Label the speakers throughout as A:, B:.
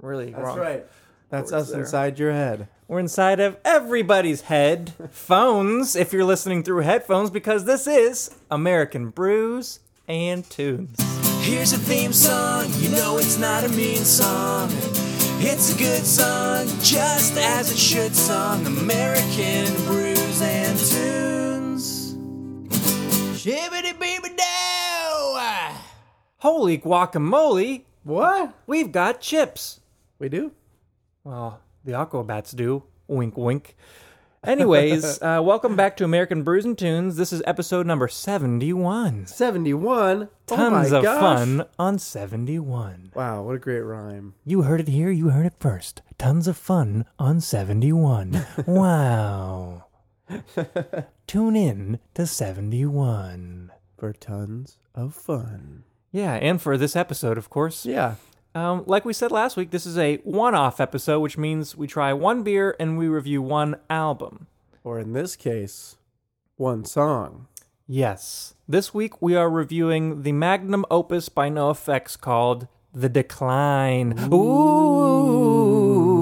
A: really
B: That's
A: wrong.
B: right.
A: That's
B: Works
A: us
B: there.
A: inside your head.
C: We're inside of everybody's head phones if you're listening through headphones because this is American Brews and Tunes.
D: Here's a theme song, you know it's not a mean song. It's a good song, just as it should song. American brews and tunes. Shibbity beeby dow!
C: Holy guacamole,
A: What?
C: we've got chips.
A: We do?
C: Well, the Aquabats do. Wink, wink. Anyways, uh, welcome back to American Brews and Tunes. This is episode number 71.
A: 71. Oh
C: Tons
A: my
C: of
A: gosh.
C: fun on 71.
A: Wow, what a great rhyme.
C: You heard it here, you heard it first. Tons of fun on 71. wow. Tune in to 71.
A: For tons of fun.
C: Yeah, and for this episode, of course.
A: Yeah.
C: Um, like we said last week, this is a one off episode, which means we try one beer and we review one album.
A: Or in this case, one song.
C: Yes. This week we are reviewing the magnum opus by NoFX called The Decline.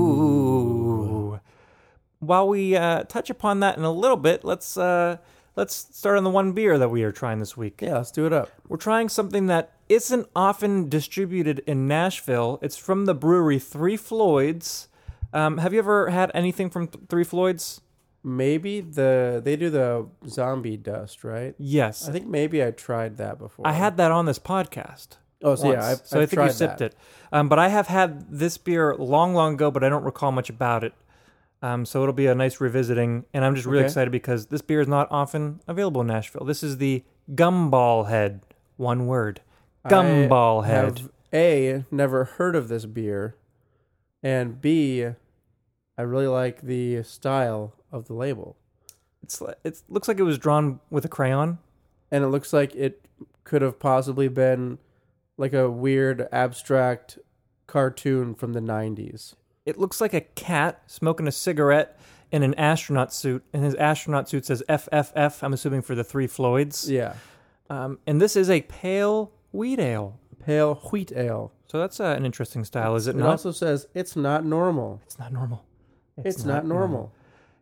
C: Ooh. While we uh, touch upon that in a little bit, let's uh, let's start on the one beer that we are trying this week.
A: Yeah, let's do it up.
C: We're trying something that isn't often distributed in Nashville. It's from the brewery Three Floyds. Um, have you ever had anything from Th- Three Floyds?
A: Maybe the they do the zombie dust, right?
C: Yes.
A: I think maybe I tried that before.
C: I had that on this podcast.
A: Oh, so yeah,
C: once.
A: I've-
C: so I
A: I've
C: think
A: tried
C: you sipped
A: that.
C: it. Um, but I have had this beer long, long ago, but I don't recall much about it. Um, so it'll be a nice revisiting, and I'm just really
A: Okay.
C: excited because this beer is not often available in Nashville. This is the Gumball Head, one word, Gumball
A: I
C: Head.
A: have, A never heard of this beer, and B, I really like the style of the label,
C: It's it looks like it was drawn with a crayon.
A: and it looks like it could have possibly been like a weird abstract cartoon from the '90s.
C: It looks like a cat smoking a cigarette in an astronaut suit, and his astronaut suit says FFF. I'm assuming for the three Floyds.
A: Yeah,
C: Um, and this is a pale wheat ale.
A: pale wheat ale.
C: So that's uh, an interesting style, is it
A: It
C: not?
A: also says it's not normal.
C: it's not normal.
A: It's, not, normal.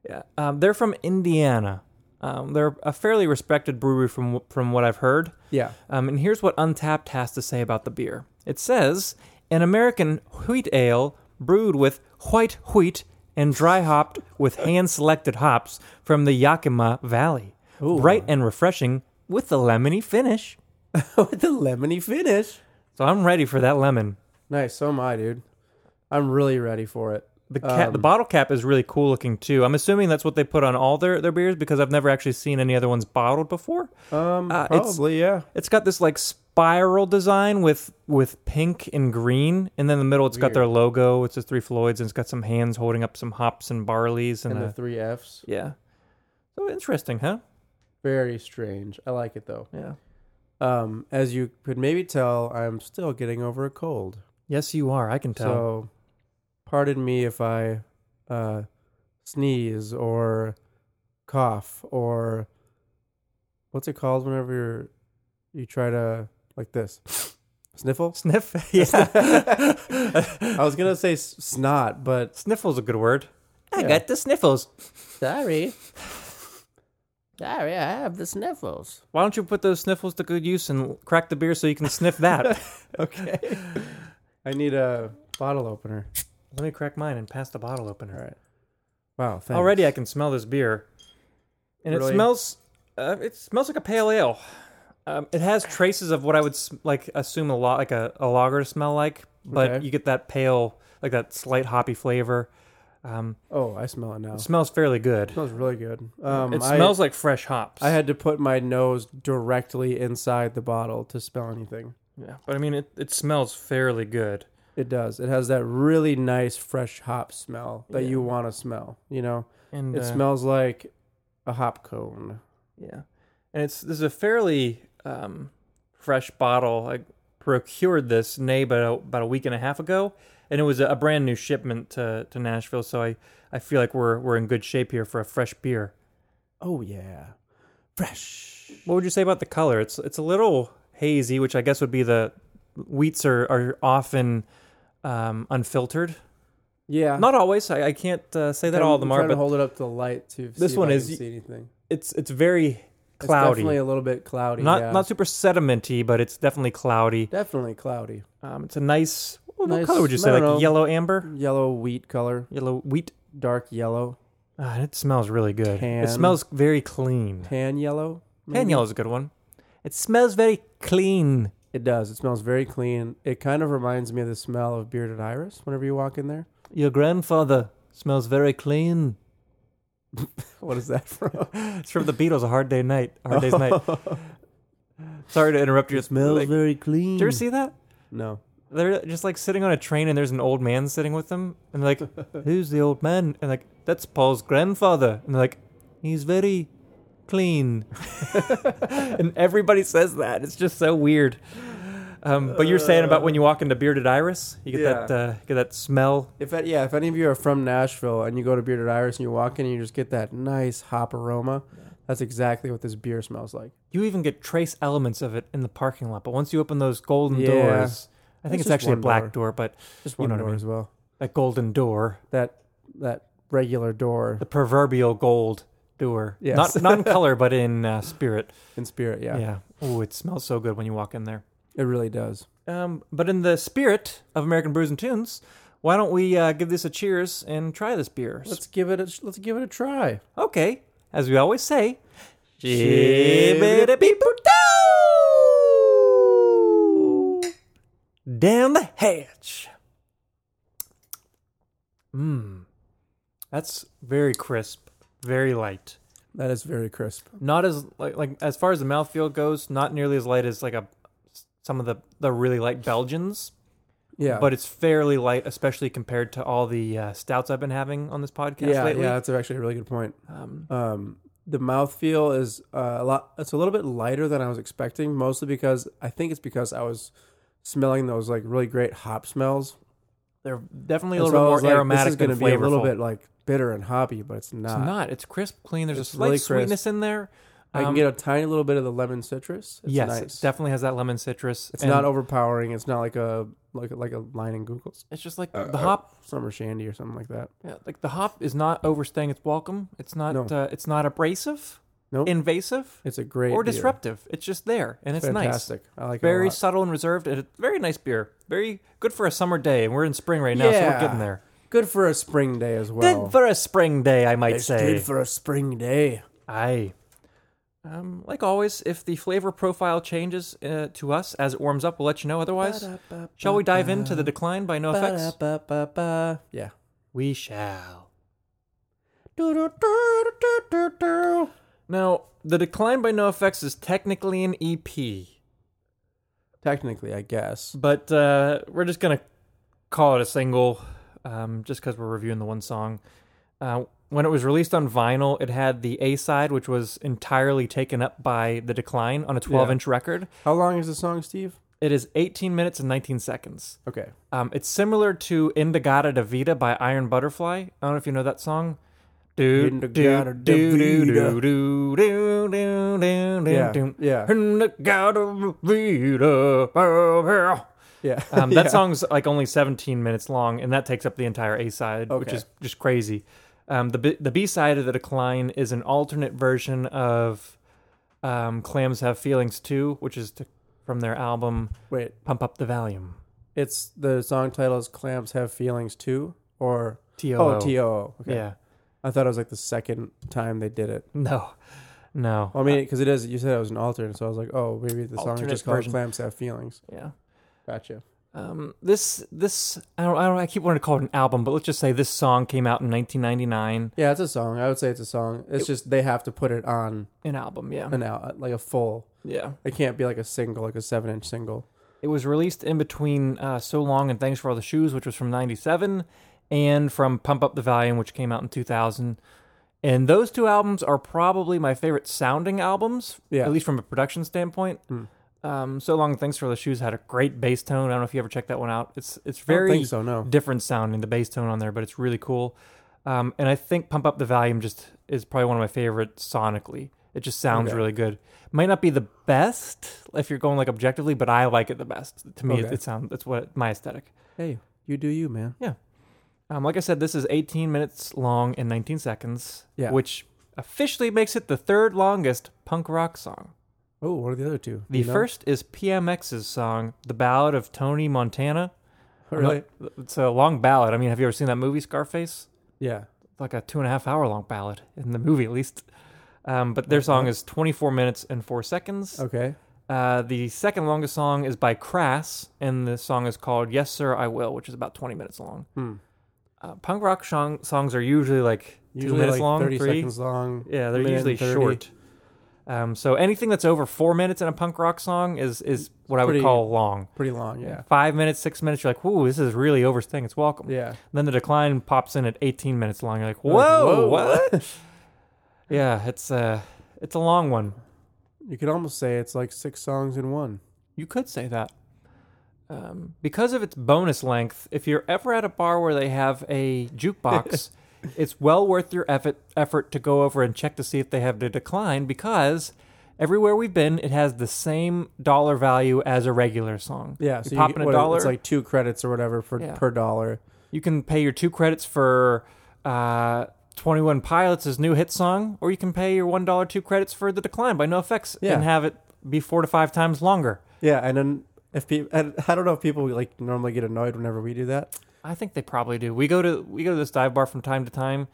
C: Yeah, um, they're from Indiana. Um, they're a fairly respected brewery from from what I've heard.
A: Yeah.
C: Um, and here's what Untapped has to say about the beer. It says an American wheat ale brewed with white wheat and dry hopped with hand selected hops from the Yakima Valley. Bright and refreshing with a lemony finish.
A: With the lemony finish.
C: So I'm ready for that lemon.
A: Nice. So am I, dude. I'm really ready for it.
C: The cap,
A: Um,
C: the bottle cap is really cool looking too. I'm assuming that's what they put on all their, their beers because I've never actually seen any other ones bottled before.
A: Um,
C: Uh, it's-
A: probably yeah.
C: It's got this like spiral design with with pink and green, and then in the middle it's got their logo. It's just three Floyds, and it's got some hands holding up some hops and barleys, and,
A: And the
C: a-
A: three Fs.
C: yeah. So interesting, huh?
A: Very strange. I like it though.
C: Yeah.
A: Um, as you could maybe tell, I'm still getting over a cold.
C: Yes, you are. I can tell.
A: So, pardon me if I uh, sneeze or cough or what's it called whenever you're you try to like this sniffle.
C: Sniff. yeah.
A: I was gonna say s- snot, but
C: Sniffle's a good word. I
A: Yeah.
C: got the sniffles.
A: Sorry. Sorry, I have the sniffles.
C: Why don't you put those sniffles to good use and crack the beer so you can sniff that?
A: Okay. I need a bottle opener.
C: Let me crack mine and pass the bottle opener.
A: All right. Wow, thanks.
C: Already, I can smell this beer, and
A: Really?
C: it smells. Uh, it smells like a pale ale. Um, it has traces of what I would s- like assume a lot like a, a lager to smell like, but
A: Okay.
C: you get that pale, like that slight hoppy flavor. Um,
A: Oh, I smell it now.
C: it
A: It
C: smells fairly good.
A: smells really good. Um,
C: it
A: I,
C: smells like fresh hops.
A: I had to put my nose directly inside the bottle to smell anything.
C: yeah, but I mean, it, it smells fairly good.
A: It does. It has that really nice fresh hop smell that you want to smell. You know,
C: And
A: it
C: uh,
A: smells like a hop cone.
C: Yeah, and it's this is a fairly um, fresh bottle. I procured this nay about a, about a week and a half ago, and it was a, a brand new shipment to, to Nashville. So I, I feel like we're we're in good shape here for a fresh beer.
A: Oh yeah, fresh.
C: What would you say about the color? It's it's a little hazy, which I guess would be the wheats are are often um, unfiltered.
A: Yeah.
C: Not always. I, I can't uh, say that
A: I'm-
C: all of them
A: I'm
C: are,
A: trying to
C: but
A: hold it up to the light to
C: This
A: see
C: one
A: if I
C: is-
A: can see anything.
C: it's it's very
A: It's
C: cloudy.
A: definitely a little bit cloudy.
C: not
A: yeah.
C: not super sedimenty, but it's definitely cloudy.
A: definitely cloudy.
C: Um, it's a nice. What
A: Nice-
C: color would you
A: I
C: say? Like
A: don't know.
C: yellow amber,
A: Yellow wheat color,
C: yellow wheat.
A: dark yellow,
C: Ah, it smells really good.
A: Tan.
C: It smells very clean.
A: tan yellow.
C: Tan
A: maybe?
C: yellow is a good one. It smells very clean.
A: It does. It smells very clean. It kind of reminds me of the smell of bearded iris whenever you walk in there.
C: Your grandfather smells very clean.
A: What is that from?
C: It's from the Beatles, A Hard Day Night. A Hard Day's Night. Sorry to interrupt your smell. Like,
A: very clean.
C: did you ever see that?
A: No.
C: They're just like sitting on a train and there's an old man sitting with them. And they're like, who's the old man? And like, that's Paul's grandfather. And they're like, he's very clean. and everybody says that. It's just so weird. Um, but you're saying about when you walk into Bearded Iris, you get
A: Yeah.
C: that uh, get that smell.
A: If that, yeah, if any of you are from Nashville and you go to Bearded Iris and you walk in and you just get that nice hop aroma, that's exactly what this beer smells like.
C: You even get trace elements of it in the parking lot. But once you open those golden
A: Yeah.
C: doors, I think it's,
A: It's just
C: actually a
A: one
C: black door, but
A: Just
C: You
A: one
C: know what I
A: door
C: mean.
A: as well.
C: that golden door,
A: That that regular door
C: the proverbial gold door.
A: Yes.
C: Not not in color, but in uh, spirit.
A: in spirit. Yeah,
C: Yeah. Oh, it smells so good when you walk in there.
A: it really does.
C: Um, but in the spirit of American Brews and Tunes, why don't we uh, give this a cheers and try this beer?
A: Let's give it. A, let's give it a try.
C: Okay, as we always say, shibbity-bee-boo-doo! down the hatch. Mmm, that's very crisp, very light.
A: That is very crisp.
C: Not as like, like as far as the mouthfeel goes, not nearly as light as like a some of the the really light Belgians,
A: Yeah,
C: but it's fairly light, especially compared to all the uh, stouts I've been having on this podcast
A: yeah,
C: lately.
A: yeah. That's actually a really good point.
C: Um,
A: um, the mouthfeel is uh, a lot it's a little bit lighter than i was expecting mostly because i think it's because i was smelling those like really great hop smells
C: they're definitely a
A: And
C: little
A: so I
C: bit more
A: was like,
C: aromatic
A: this is
C: than
A: gonna be a little
C: flavorful.
A: bit like bitter and hoppy but it's not,
C: It's not. It's crisp, clean. There's
A: It's
C: a slight
A: really crisp.
C: sweetness in there.
A: i can
C: Um,
A: get a tiny little bit of the lemon citrus it's
C: yes,
A: nice.
C: it definitely has that lemon citrus.
A: it's
C: and
A: not overpowering it's not like a like like a line in google's
C: It's just like the hop.
A: summer shandy or something like that
C: Yeah, like the hop is not overstaying its welcome. It's not.
A: No.
C: Uh, it's not abrasive,
A: Nope.
C: invasive,
A: it's a great
C: or
A: beer.
C: disruptive. It's just there, and it's nice.
A: fantastic i like
C: Very
A: it a lot.
C: subtle and reserved. And a very nice beer. Very good for a summer day, and we're in spring right now, so we're
A: Yeah.
C: getting there.
A: good for a spring day as well
C: Good for a spring day, I might
A: it's
C: say.
A: good for a spring day
C: Aye. Um, like always, if the flavor profile changes uh, to us as it warms up, we'll let you know. Otherwise, shall we dive into the decline by no effects?
A: Ba-da-ba-ba-ba. Yeah.
C: We shall.
A: Do-do-do-do-do-do.
C: Now, the decline by no effects is technically an E EP,
A: Technically, I guess.
C: but uh, we're just gonna call it a single, um, just because we're reviewing the one song. Uh, when it was released on vinyl, it had the A side, which was entirely taken up by the decline on a 12-inch record.
A: How long is the song, Steve?
C: It is 18 minutes and 19 seconds.
A: Okay.
C: Um, it's similar to Indigata Davida by Iron Butterfly. I don't know if you know that song. Do do do
A: Indigata
C: do do do do
A: Davida.
C: do do
A: Yeah.
C: do.
A: Yeah.
C: Indigata Davida.
A: Yeah.
C: Um, that
A: Yeah.
C: song's like only 17 minutes long, and that takes up the entire A side, which
A: Okay.
C: is just crazy. Um, the B- the B side of the decline is an alternate version of um, "Clams Have Feelings Too," which is to, from their album
A: Wait.
C: "Pump Up the Volume."
A: It's the song title is "Clams Have Feelings Too" or
C: T O
A: oh
C: O.
A: T O O. Okay.
C: Yeah.
A: I thought it was like the second time they did it.
C: No. No.
A: Well, I mean, because it is. You said it was an alternate, so I was like, oh, maybe the song is
C: Uh, Alternate
A: just called
C: version.
A: "Clams Have Feelings."
C: Uh, yeah.
A: Gotcha.
C: Um, this this I don't I don't I keep wanting to call it an album, but let's just say this song came out in 1999.
A: Yeah, it's a song. I would say it's a song. It's just they have to put it on
C: An album, yeah.
A: an out like a full.
C: Yeah.
A: It can't be like a single, like a seven-inch single.
C: It was released in between uh, So Long and Thanks for All the Shoes, which was from 97, and from Pump Up the Volume, which came out in 2000. And those two albums are probably my favorite sounding albums,
A: Yeah.
C: at least from a production standpoint. Um, so Long and Thanks for All the Shoes had a great bass tone. I don't know if you ever checked that one out. It's it's
A: I don't
C: very Mm.
A: think so. No.
C: different sounding the bass tone on there, but it's really cool. Um, and I think Pump Up the Volume just is probably one of my favorite sonically. It just sounds
A: Okay.
C: really good. Might not be the best if you're going like objectively, but I like it the best. To me, it,
A: Okay.
C: it sounds that's what my aesthetic.
A: Hey, You do you, man.
C: Um, like I said, this is 18 minutes long and 19 seconds,
A: Yeah.
C: which officially makes it the third longest punk rock song.
A: Oh, what are the other two?
C: The
A: You know?
C: first is PMX's song, The Ballad of Tony Montana.
A: Really?
C: It's a long ballad. I mean, have you ever seen that movie, Scarface?
A: Yeah.
C: It's like a two and a half hour long ballad in the movie, at least. Um, but their song is 24 minutes and four seconds.
A: Okay.
C: Uh, the second longest song is by Crass, and the song is called "Yes Sir, I Will," which is about 20 minutes long.
A: Hmm.
C: Uh, punk rock song- songs are usually like two
A: Usually
C: minutes
A: like
C: long,
A: 30
C: three.
A: seconds long.
C: Yeah, they're
A: minute and
C: usually
A: 30.
C: short. Um, so anything that's over four minutes in a punk rock song is is what I would
A: Pretty-
C: call long.
A: Pretty long, yeah.
C: Five minutes, six minutes, you're like, "Ooh, this is really overstaying its welcome."
A: Yeah.
C: Then the decline pops in at 18 minutes long. You're like, "Whoa,
A: Like, whoa,
C: what?" yeah, it's uh, it's a long one.
A: You could almost say it's like six songs in one.
C: You could say that. Um, because of its bonus length, if you're ever at a bar where they have a jukebox, it's well worth your effort effort to go over and check to see if they have the decline because everywhere we've been, it has the same dollar value as a regular song.
A: Yeah.
C: you
A: you
C: pop
A: get-
C: in a
A: what,
C: dollar,
A: It's like two credits or whatever for
C: Yeah.
A: per dollar.
C: you can pay your two credits for uh, 21 Pilots' new hit song, or you can pay your $1 two credits for The Decline by NoFX
A: Yeah.
C: and have it be four to five times longer.
A: Yeah. And then if people, I don't know if people like normally get annoyed whenever we do that.
C: I think they probably do. We go to we go to this dive bar from time to time,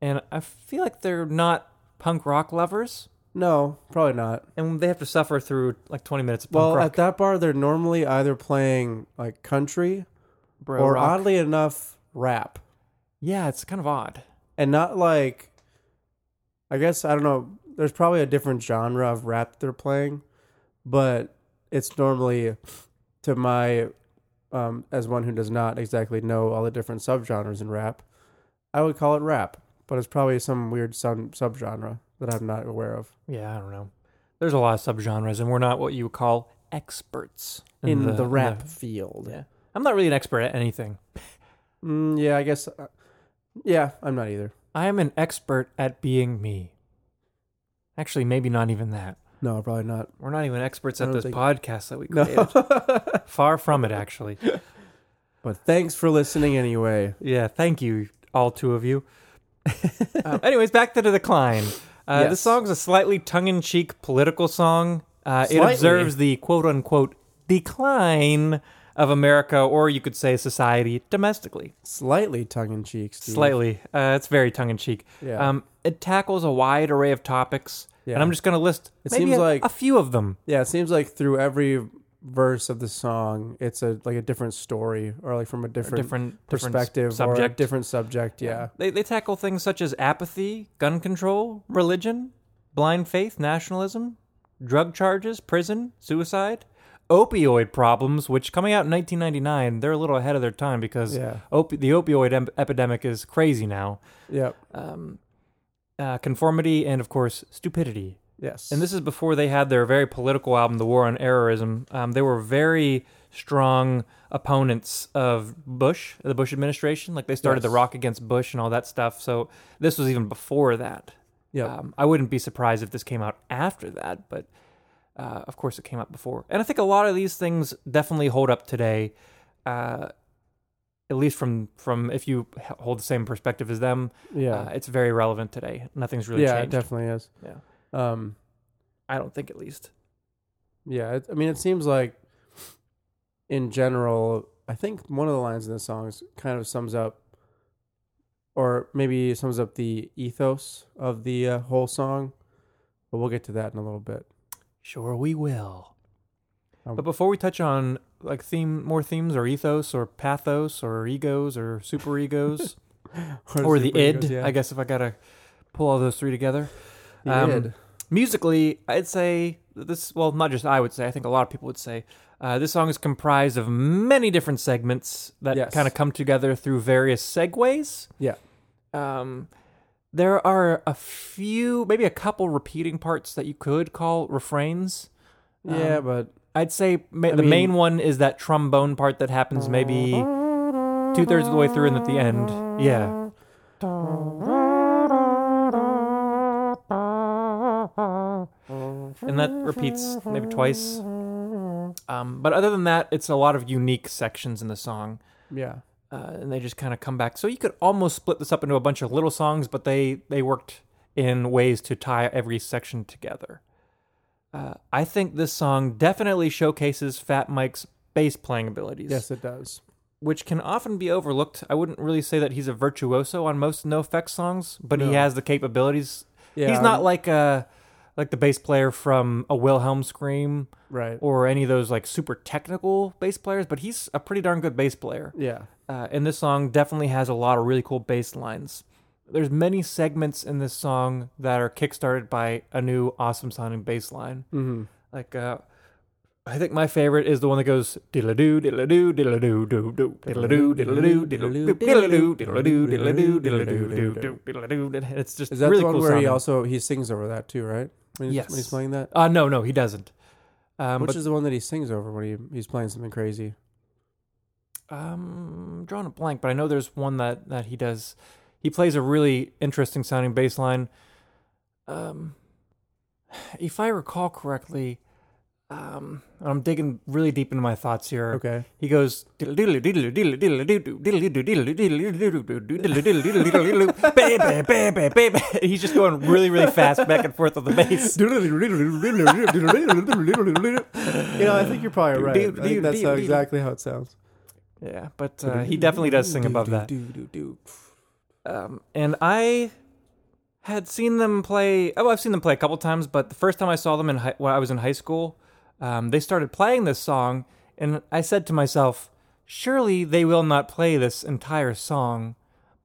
C: and I feel like they're not punk rock lovers,
A: No, probably not.
C: and they have to suffer through like twenty minutes of punk
A: Well,
C: rock.
A: at that bar, they're normally either playing like country
C: bro
A: or
C: rock.
A: oddly enough, rap.
C: yeah, it's kind of odd.
A: and not like I guess I don't know. There's probably a different genre of rap they're playing, but it's normally to my um, as one who does not exactly know all the different subgenres in rap, I would call it rap, but it's probably some weird sub subgenre that I'm not aware of
C: Yeah, I don't know. There's a lot of subgenres, and we're not what you would call experts
A: in, the, rap field.
C: yeah, I'm not really an expert at anything.
A: Mm, yeah, I guess. Uh, yeah, I'm not either.
C: I am an expert at being me. Actually, maybe not even that.
A: No, probably not.
C: We're not even experts
A: I
C: at
A: don't
C: this
A: think-
C: podcast that we
A: No.
C: created. Far from it, actually.
A: but thanks for listening anyway.
C: Yeah, thank you, all two of you. um, anyways, back to the decline. Uh,
A: Uh, Yes.
C: This song's a slightly tongue-in-cheek political song. Uh, it
A: Slightly.
C: observes the quote-unquote decline of America, or you could say society domestically.
A: Slightly tongue in cheek. Steve.
C: Slightly, uh, it's very tongue-in-cheek.
A: Mm-hmm. Yeah.
C: Um, it tackles a wide array of topics,
A: Yeah.
C: and I'm just going to list
A: It
C: maybe
A: seems
C: a,
A: like-
C: a few of them.
A: Yeah, it seems like through every verse of the song, it's a like a different story or like from a
C: or
A: different,
C: Different, different
A: perspective or a
C: subject.
A: different subject. Yeah.
C: They, they tackle things such as apathy, gun control, religion, blind faith, nationalism, drug charges, prison, suicide, opioid problems, which coming out in 1999, they're a little ahead of their time because
A: Yeah.
C: opi- the opioid em- epidemic is crazy now.
A: Yep.
C: Um, uh, conformity and, of course, stupidity.
A: Yes.
C: And this is before they had their very political album, The War on Errorism. Um, they were very strong opponents of Bush, the Bush administration. Like they started the
A: Yes.
C: Rock Against Bush and all that stuff. So this was even before that.
A: Yep.
C: Um, I wouldn't be surprised if this came out after that, but uh, of course it came out before. And I think a lot of these things definitely hold up today, uh, at least from from if you h- hold the same perspective as them.
A: yeah.
C: Uh, it's very relevant today. Nothing's really
A: yeah,
C: changed.
A: it definitely is.
C: Yeah.
A: Um.
C: I don't think, at least.
A: Yeah. It, I mean, it seems like in general, I think one of the lines in the song is kind of sums up, or maybe sums up the ethos of the uh, whole song. But we'll get to that in a little bit.
C: Sure, we will.
A: Um,
C: but before we touch on like theme, more themes or ethos or pathos or egos or superegos or the id,
A: superheroes, yeah.
C: I guess if I gotta pull all those three together.
A: The
C: um,
A: id.
C: Musically, I'd say that this. Well, not just I would say. I think a lot of people would say uh, this song is comprised of many different segments that
A: Yes.
C: kind of come together through various segues.
A: Yeah.
C: Um, there are a few, maybe a couple repeating parts that you could call refrains.
A: Yeah,
C: um,
A: but
C: I'd say ma-
A: I
C: the
A: mean-
C: main one is that trombone part that happens maybe two thirds of the way through and at the end. Yeah. And that repeats maybe twice. Um, but other than that, it's a lot of unique sections in the song.
A: Yeah.
C: uh, and they just kind of come back. So you could almost split this up into a bunch of little songs, but they they worked in ways to tie every section together. Uh, I think this song definitely showcases Fat Mike's bass playing abilities,
A: Yes, it does.
C: which can often be overlooked. I wouldn't really say that he's a virtuoso on most No Effects songs, but he
A: No.
C: has the capabilities.
A: Yeah.
C: he's not
A: I'm-
C: like a like the bass player from a Wilhelm scream
A: right.
C: or any of those like super technical bass players, but he's a pretty darn good bass player
A: yeah.
C: uh, and this song definitely has a lot of really cool bass lines. There's many segments in this song that are kickstarted by a new awesome sounding bass line.
A: Mhm.
C: Like, uh, I think my favorite is the one that goes diddle doo diddle doo diddle doo doo doo diddle doo diddle doo diddle doo diddle doo diddle doo diddle doo diddle doo doo doo diddle doo. And It's just
A: Is that
C: really
A: the one
C: cool
A: where he
C: sounding.
A: also he sings over that too, right? When he's,
C: Yes.
A: When he's playing that,
C: Uh, no, no, he doesn't. Um,
A: which
C: but
A: is the one that he sings over when he he's playing something crazy.
C: um, drawing a blank, but I know there's one that that he does. He plays a really interesting sounding bass line. Um, if I recall correctly, um, I'm digging really deep into my thoughts here.
A: Okay.
C: He goes He's just going really, really fast back and forth on the bass.
A: you know, I think you're probably right. I think that's how, exactly how it sounds.
C: Yeah, but uh, he definitely does sing above that. Um, and I had seen them play. Oh, I've seen them play a couple times, but the first time I saw them in high, when I was in high school, um, they started playing this song, and I said to myself, "Surely they will not play this entire song."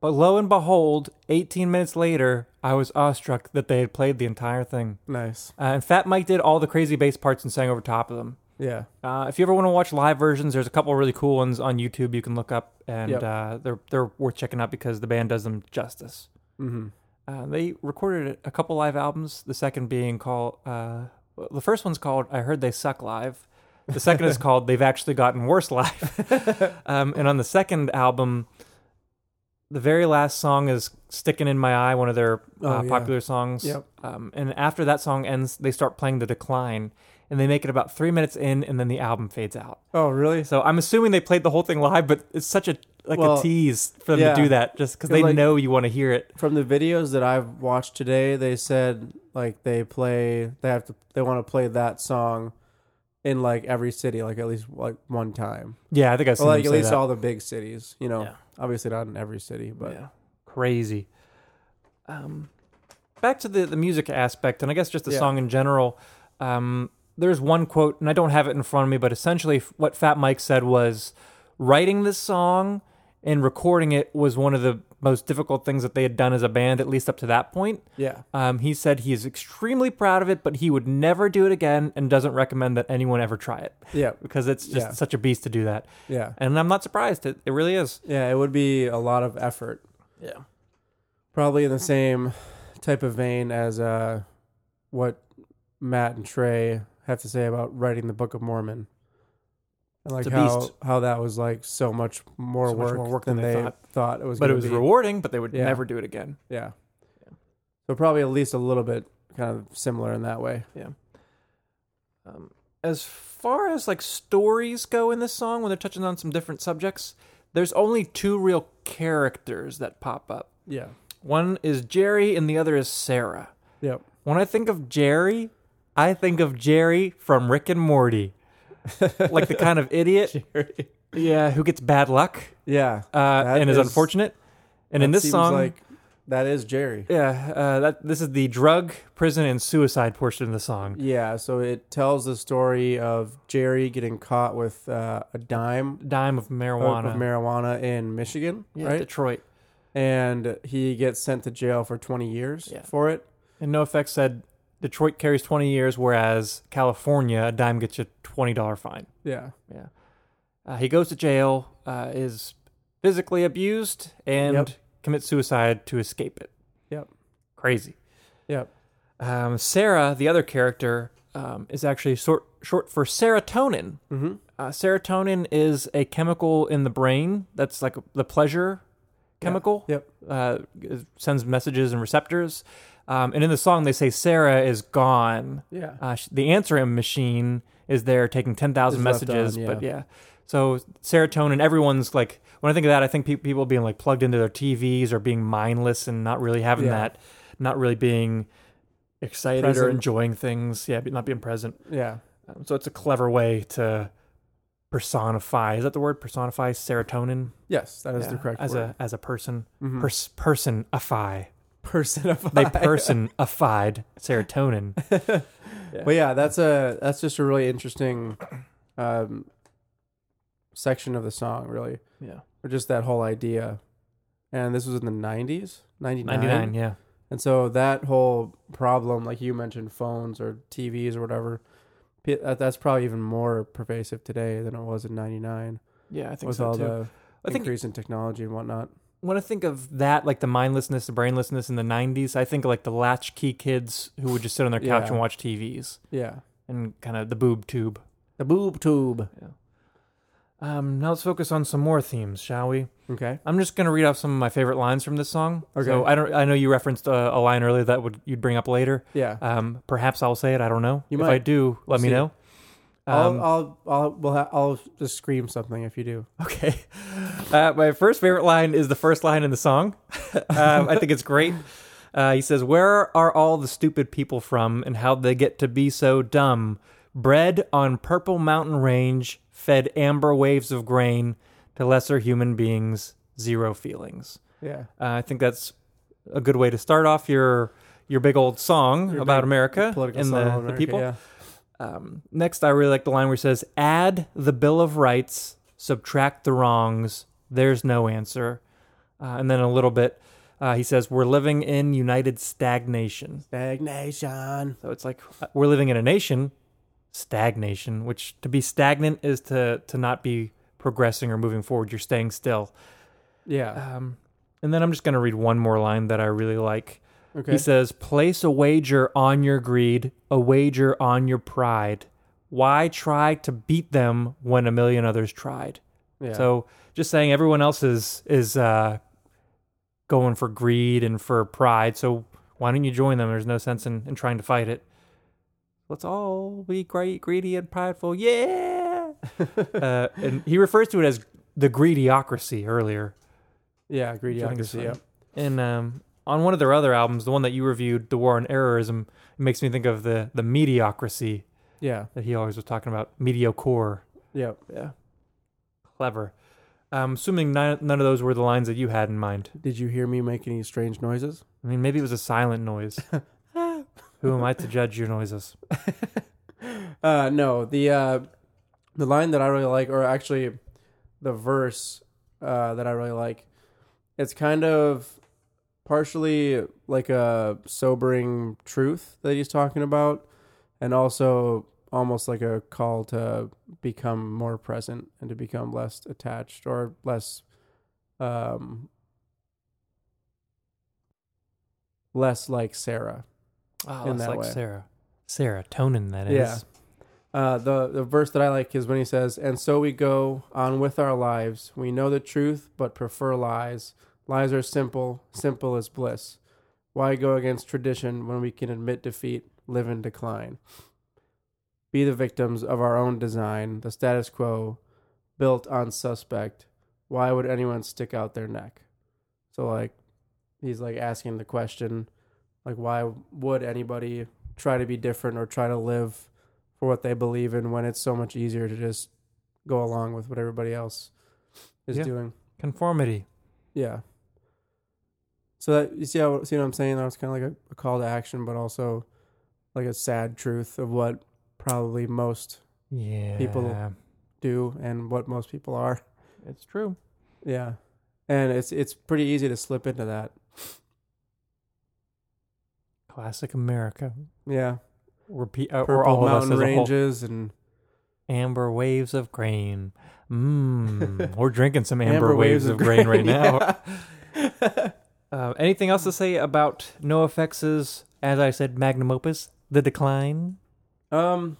C: But lo and behold, 18 minutes later, I was awestruck that they had played the entire thing.
A: Nice.
C: Uh, and Fat Mike did all the crazy bass parts and sang over top of them.
A: Yeah.
C: Uh, if you ever want to watch live versions, there's a couple really cool ones on YouTube you can look up, and
A: Yep.
C: uh, they're they're worth checking out because the band does them justice.
A: Mm-hmm.
C: Uh, they recorded a couple live albums. The second being called uh, the first one's called "I Heard They Suck Live." The second is called "They've Actually Gotten Worse Live." um, and on the second album, the very last song is "Sticking in My Eye," one of their uh,
A: Oh, yeah.
C: popular songs.
A: Yep.
C: Um, and after that song ends, they start playing "The Decline," and they make it about three minutes in, and then the album fades out.
A: Oh, really?
C: So I'm assuming they played the whole thing live, but it's such a like
A: Well,
C: a tease for them
A: yeah.
C: to do that, just because
A: 'Cause,
C: they
A: like-
C: know you want to hear it.
A: From the videos that I've watched today, they said like they play, they have to, they want to play that song in like every city, like at least like one time,
C: Yeah, I think I've seen
A: or like
C: them
A: at
C: say
A: least
C: that.
A: all the big cities. You know,
C: Yeah.
A: obviously not in every city, but
C: Yeah. crazy. Um, back to the the music aspect, and I guess just the
A: Yeah.
C: song in general. Um, there's one quote, and I don't have it in front of me, but essentially f- what Fat Mike said was, writing this song and recording it was one of the most difficult things that they had done as a band, at least up to that point.
A: yeah,
C: Um, he said he is extremely proud of it, but he would never do it again, and doesn't recommend that anyone ever try it
A: yeah,
C: because it's just
A: Yeah.
C: such a beast to do that.
A: yeah.
C: And I'm not surprised; it, it really is.
A: Yeah, it would be a lot of effort.
C: Yeah.
A: Probably in the same type of vein as uh, what Matt and Trey have to say about writing the Book of Mormon. And like
C: It's a
A: how,
C: beast.
A: how that was like so much more,
C: So much
A: work,
C: more work
A: than,
C: than they
A: they
C: thought.
A: thought, it was
C: But it
A: gonna
C: was
A: be.
C: rewarding, but they would
A: Yeah.
C: never do it again.
A: Yeah. So probably at least a little bit kind of similar in that way.
C: Um, as far as like stories go in this song, when they're touching on some different subjects, there's only two real characters that pop up.
A: Yeah.
C: One is Jerry, and the other is Sarah.
A: Yep.
C: When I think of Jerry, I think of Jerry from Rick and Morty, like the kind of idiot, yeah, who gets bad luck
A: Yeah.
C: uh,
A: That
C: and is,
A: is-
C: unfortunate. And
A: That
C: in this
A: seems
C: song,
A: like that is Jerry.
C: yeah, uh, that this is the drug, prison, and suicide portion of the song.
A: Yeah, so it tells the story of Jerry getting caught with uh, a dime
C: Dime of
A: of
C: marijuana,
A: marijuana in Michigan,
C: Yeah,
A: right?
C: Detroit.
A: and he gets sent to jail for 20 years
C: Yeah.
A: for it.
C: And No Effects said Detroit carries 20 years, whereas California, a dime gets you a $20 fine.
A: Yeah.
C: Yeah. Uh, he goes to jail, uh, is physically abused, and
A: Yep.
C: commits suicide to escape it.
A: Yep.
C: Crazy.
A: Yep.
C: Um, Sarah, the other character, um, is actually short, short for serotonin.
A: Mhm.
C: Uh, serotonin is a chemical in the brain that's like the pleasure chemical
A: Yep.
C: uh, sends messages and receptors. Um, and in the song, they say Sarah is gone.
A: Yeah.
C: Uh, sh- the answering machine is there taking 10,000
A: Is left
C: messages.
A: on,
C: But
A: yeah.
C: yeah. So serotonin, everyone's like, when I think of that, I think pe- people being like plugged into their TVs or being mindless and not really having
A: Yeah.
C: that, not really being excited or
A: Present.
C: enjoying things. Yeah, but not being present.
A: Yeah.
C: Um, so it's a clever way to personify. Is that the word? Personify serotonin
A: Yes, that is
C: Yeah,
A: the correct
C: as
A: word.
C: a as a person.
A: Mhm.
C: Pers- personify.
A: Personify.
C: They personified serotonin.
A: But yeah, that's a that's just a really interesting um, section of the song, really,
C: Yeah.
A: or just that whole idea. And this was in the '90s, '99,
C: 99, yeah.
A: and so that whole problem, like you mentioned, phones or TVs or whatever, pe- that- that's probably even more pervasive today than it was in '99
C: Yeah, I think
A: with all the
C: I think
A: increase in technology and whatnot.
C: when I think of that, like the mindlessness, the brainlessness in the '90s, I think like the latchkey kids who would just sit on their couch
A: Yeah.
C: and watch TVs
A: Yeah,
C: and kind of the boob tube.
A: the boob tube.
C: Um, now let's focus on some more themes, shall we?
A: Okay.
C: I'm just gonna read off some of my favorite lines from this song.
A: Okay.
C: So I don't. I know you referenced uh, a line earlier that would you'd bring up later.
A: Yeah.
C: Um, perhaps I'll say it. I don't know.
A: You
C: if
A: might.
C: I do, let me
A: See.
C: know. Um,
A: I'll, I'll I'll we'll ha- I'll just scream something if you do.
C: Okay. Uh, my first favorite line is the first line in the song. um, I think it's great. Uh, he says, Where are all the stupid people from and how'd they get to be so dumb? Bred on purple mountain range, fed amber waves of grain to lesser human beings, zero feelings.
A: Yeah.
C: Uh, I think that's a good way to start off your your big old song
A: Your
C: about
A: big
C: America
A: Political
C: and the,
A: song
C: the
A: of America,
C: people.
A: yeah.
C: Um, next, I really like the line where it says, "Add the Bill of Rights, subtract the wrongs. There's no answer." Uh, and then a little bit, uh, he says, "We're living in united stagnation."
A: Stagnation.
C: So it's like uh, we're living in a nation stagnation, which to be stagnant is to to not be progressing or moving forward. You're staying still.
A: Yeah.
C: Um, and then I'm just gonna read one more line that I really like.
A: Okay.
C: He says, Place a wager on your greed, a wager on your pride. Why try to beat them when a million others tried?
A: yeah.
C: So just saying everyone else is is uh, going for greed and for pride, so why don't you join them? There's no sense in, in trying to fight it. Let's all be great, greedy and prideful. Yeah. uh, and he refers to it as the greediocracy earlier.
A: yeah,
C: Which I think is
A: greediocracy. Yeah.
C: fun. And um, on one of their other albums, the one that you reviewed, The War on Errorism, it makes me think of the the mediocrity
A: Yeah.
C: that he always was talking about, mediocre.
A: Yeah.
C: Yeah. Clever. I'm assuming none, none of those were the lines that you had in mind.
A: Did you hear me make any strange noises?
C: I mean, maybe it was a silent noise. Who am I to judge your noises?
A: Uh no, the uh the line that I really like or actually the verse uh that I really like it's kind of partially like a sobering truth that he's talking about and also almost like a call to become more present and to become less attached or less um less like Sarah.
C: Oh,
A: In
C: that's
A: that
C: like
A: way.
C: Sarah. Sarah Tonin, that is.
A: Yeah. Uh, the the verse that I like is when he says, "And so we go on with our lives. We know the truth, but prefer lies. Lies are simple. Simple is bliss. Why go against tradition when we can admit defeat, live in decline? Be the victims of our own design. The status quo, built on suspect. Why would anyone stick out their neck? So like, he's like asking the question, like, why would anybody try to be different or try to live?" for what they believe in when it's so much easier to just go along with what everybody else is
C: Yeah.
A: doing.
C: Conformity.
A: Yeah. So that you see how see what I'm saying? That was kind of like a, a call to action, but also like a sad truth of what probably most
C: Yeah.
A: do and what most people are.
C: It's true.
A: Yeah. And it's it's pretty easy to slip into that.
C: Classic America.
A: Yeah.
C: Repeat, uh,
A: Purple
C: or all of us
A: mountain
C: as a whole.
A: ranges and
C: Amber waves of grain. Mmm. We're drinking some amber,
A: Amber
C: waves,
A: waves
C: of
A: of
C: grain, right
A: grain,
C: now. uh, anything else to say about NoFX's, as I said, magnum opus, The Decline?
A: um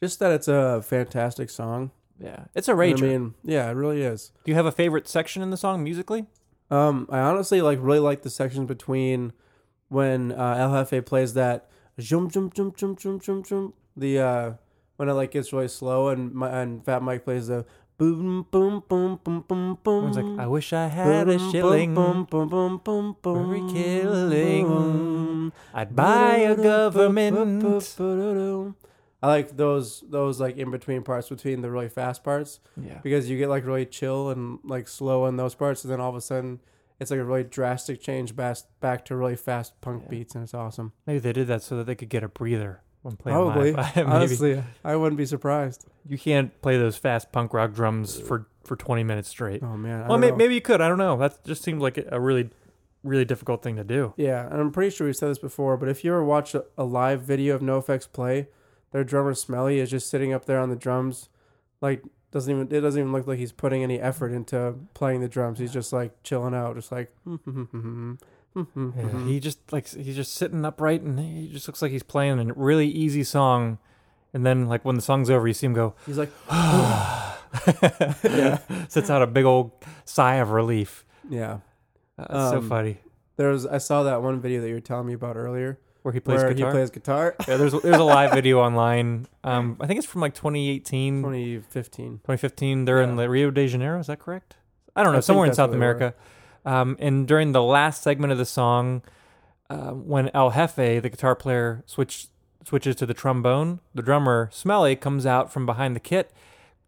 A: just that it's a fantastic song.
C: Yeah. It's a
A: I
C: rager.
A: mean, yeah, it really is.
C: Do you have a favorite section in the song musically?
A: Um, I honestly like really like the section between when uh, El Jefe plays that jump jump jump jump jump jump jump the uh, when it like gets really slow and my, and Fat Mike plays the Boom, boom, boom, boom, boom, boom.
C: Everyone's like, I wish I had a
A: Boom,
C: shilling.
A: Boom, boom, boom, boom, boom,
C: Every
A: boom,
C: killing.
A: boom.
C: I'd buy a government.
A: I like those those like in between parts between the really fast parts
C: Yeah.
A: because you get like really chill and like slow in those parts, and then all of a sudden it's like a really drastic change back back to really fast punk beats, and it's awesome.
C: Maybe they did that so that they could get a breather when playing
A: Probably,
C: live. Maybe.
A: honestly, I wouldn't be surprised.
C: You can't play those fast punk rock drums for, for 20 minutes straight.
A: Oh man, I
C: well,
A: don't
C: may,
A: know.
C: maybe you could. I don't know. That just seemed like a really, really difficult thing to do.
A: Yeah, and I'm pretty sure we've said this before, but if you ever watch a, a live video of NoFX play, their drummer Smelly is just sitting up there on the drums, like doesn't even it doesn't even look like he's putting any effort into playing the drums. He's just like chilling out, just like
C: He just like he's just sitting upright and he just looks like he's playing a really easy song. And then like when the song's over, you see him go
A: he's like
C: sits out a big old sigh of relief.
A: yeah.
C: Uh, it's so
A: Um,
C: funny.
A: There was I saw that one video that you were telling me about earlier
C: Where he plays
A: where
C: guitar.
A: he plays guitar.
C: yeah, there's there's a live video online. Um, I think it's from like 2018,
A: 2015.
C: 2015. They're in
A: Yeah.
C: the Rio de Janeiro. Is that correct? I don't know.
A: I think
C: somewhere in
A: that's
C: South
A: where they were.
C: America. Um, and during the last segment of the song, uh, when El Jefe, the guitar player, switch, switches to the trombone, the drummer Smelly comes out from behind the kit,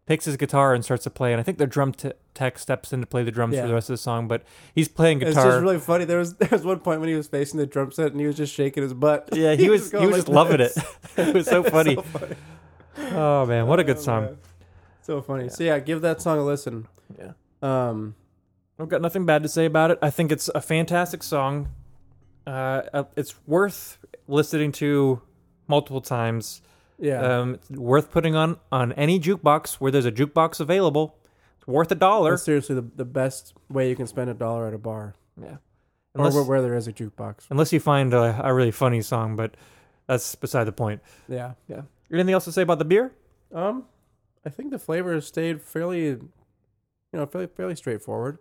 C: takes his guitar and starts to play. And I think the drum t- tech steps in to play the drums for
A: Yeah.
C: the rest of the song. But he's playing guitar.
A: It's just really funny. There was there was one point when he was facing the drum set and he was just shaking his butt.
C: yeah, he was he
A: going
C: was
A: like
C: just loving
A: this.
C: it. it was so funny.
A: so funny.
C: Oh man, what a good
A: Oh,
C: song.
A: man. So funny. So yeah, give that song a listen.
C: Yeah.
A: Um,
C: I've got nothing bad to say about it. I think it's a fantastic song. Uh, uh, it's worth listening to multiple times.
A: yeah.
C: Um, it's worth putting on on any jukebox where there's a jukebox available. It's worth a dollar.
A: That's seriously the, the best way you can spend a dollar at a bar
C: Yeah.
A: or
C: Unless,
A: where, where there is a jukebox.
C: unless you find a, a really funny song, but that's beside the point.
A: Yeah.
C: Yeah. Anything else to say about the beer?
A: Um, I think the flavor has stayed fairly, you know, fairly fairly straightforward.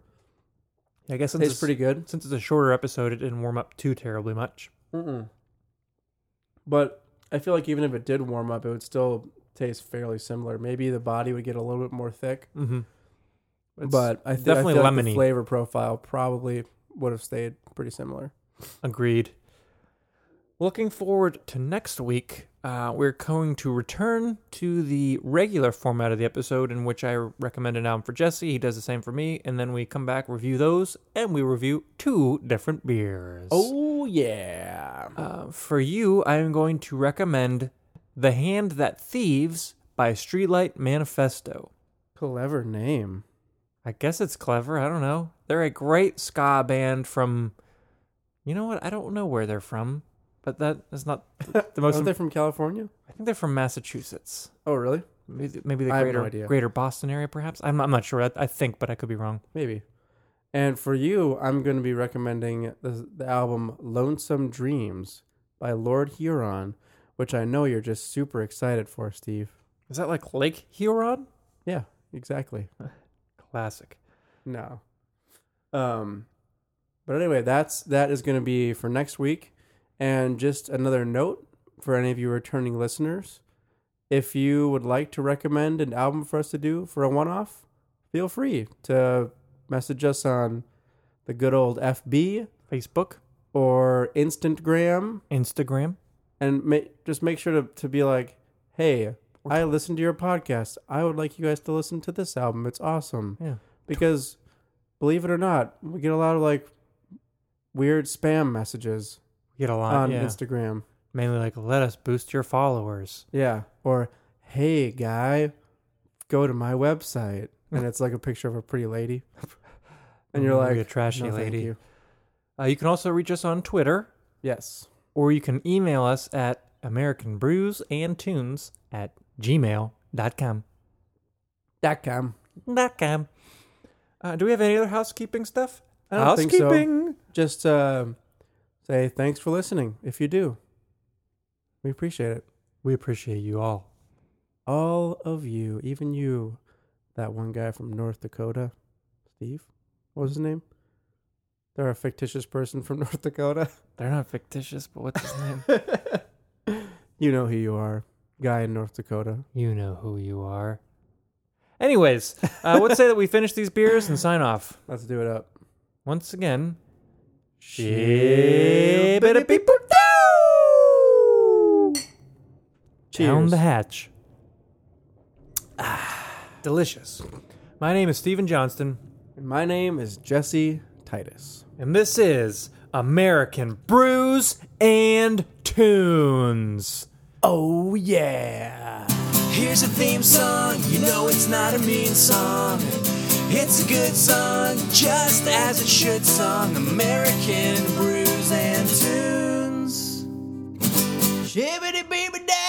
C: I guess since
A: Tastes pretty good.
C: since it's a shorter episode, it didn't warm up too terribly much.
A: Mm-mm. But I feel like even if it did warm up, it would still taste fairly similar. Maybe the body would get a little bit more thick,
C: Mm-hmm.
A: but I, th-
C: definitely
A: I feel like the
C: lemony.
A: flavor profile probably would have stayed pretty similar.
C: Agreed. Looking forward to next week. Uh, we're going to return to the regular format of the episode, in which I recommend an album for Jesse. He does the same for me, and then we come back, review those, and we review two different beers.
A: Oh yeah.
C: Uh, for you, I am going to recommend "The Hand That Thieves" by Streetlight Manifesto.
A: Clever name.
C: I guess it's clever. I don't know. They're a great ska band from, you know what? I don't know where they're from, but that is not the most.
A: Aren't they from California?
C: I think they're from Massachusetts.
A: Oh, really?
C: Maybe, maybe the
A: I have no
C: greater
A: idea.
C: greater Boston area, perhaps. I'm, I'm not sure. I, I think, but I could be wrong.
A: Maybe. And for you, I'm going to be recommending the, the album Lonesome Dreams by Lord Huron, which I know you're just super excited for, Steve.
C: Is that like Lake Huron?
A: Yeah, exactly.
C: Classic.
A: No. Um but anyway, that's that is going to be for next week. And just another note for any of you returning listeners, if you would like to recommend an album for us to do for a one-off, feel free to message us on the good old FB
C: Facebook,
A: or Instantgram
C: Instagram.
A: and ma- just make sure to, to be like, "Hey, I listened to your podcast. I would like you guys to listen to this album. It's awesome."
C: Yeah.
A: because believe it or not, we get a lot of like weird spam messages
C: We get a lot.
A: on
C: Uh, yeah.
A: Instagram.
C: Mainly like, let us boost your followers.
A: Yeah, or hey guy, go to my website, and it's like a picture of a pretty lady, and you're
C: Maybe
A: like
C: a trashy
A: "No, thank
C: lady.
A: you."
C: Uh, you can also reach us on Twitter,
A: Yes,
C: or you can email us at americanbrewsandtunes at gmail.com.
A: dot com.
C: Dot com. Uh, do we have any other housekeeping stuff?
A: I don't think so.
C: housekeeping.
A: Just uh, say thanks for listening. If you do, we appreciate it.
C: We appreciate you all.
A: All of you, even you, that one guy from North Dakota, Steve, what was his name? They're a fictitious person from North Dakota.
C: They're not fictitious, but what's his name?
A: you know who you are, guy in North Dakota.
C: you know who you are. Anyways, uh, let's say that we finish these beers and sign off.
A: Let's do it up.
C: Once again, down
A: Cheers.
C: the hatch. Ah, delicious. My name is Stephen Johnston,
A: My name is Jesse Titus.
C: and this is American Brews and Tunes.
A: Oh yeah.
D: Here's a theme song, you know it's not a mean song. It's a good song, just as it should song. American brews and tunes. Shibbity beeby da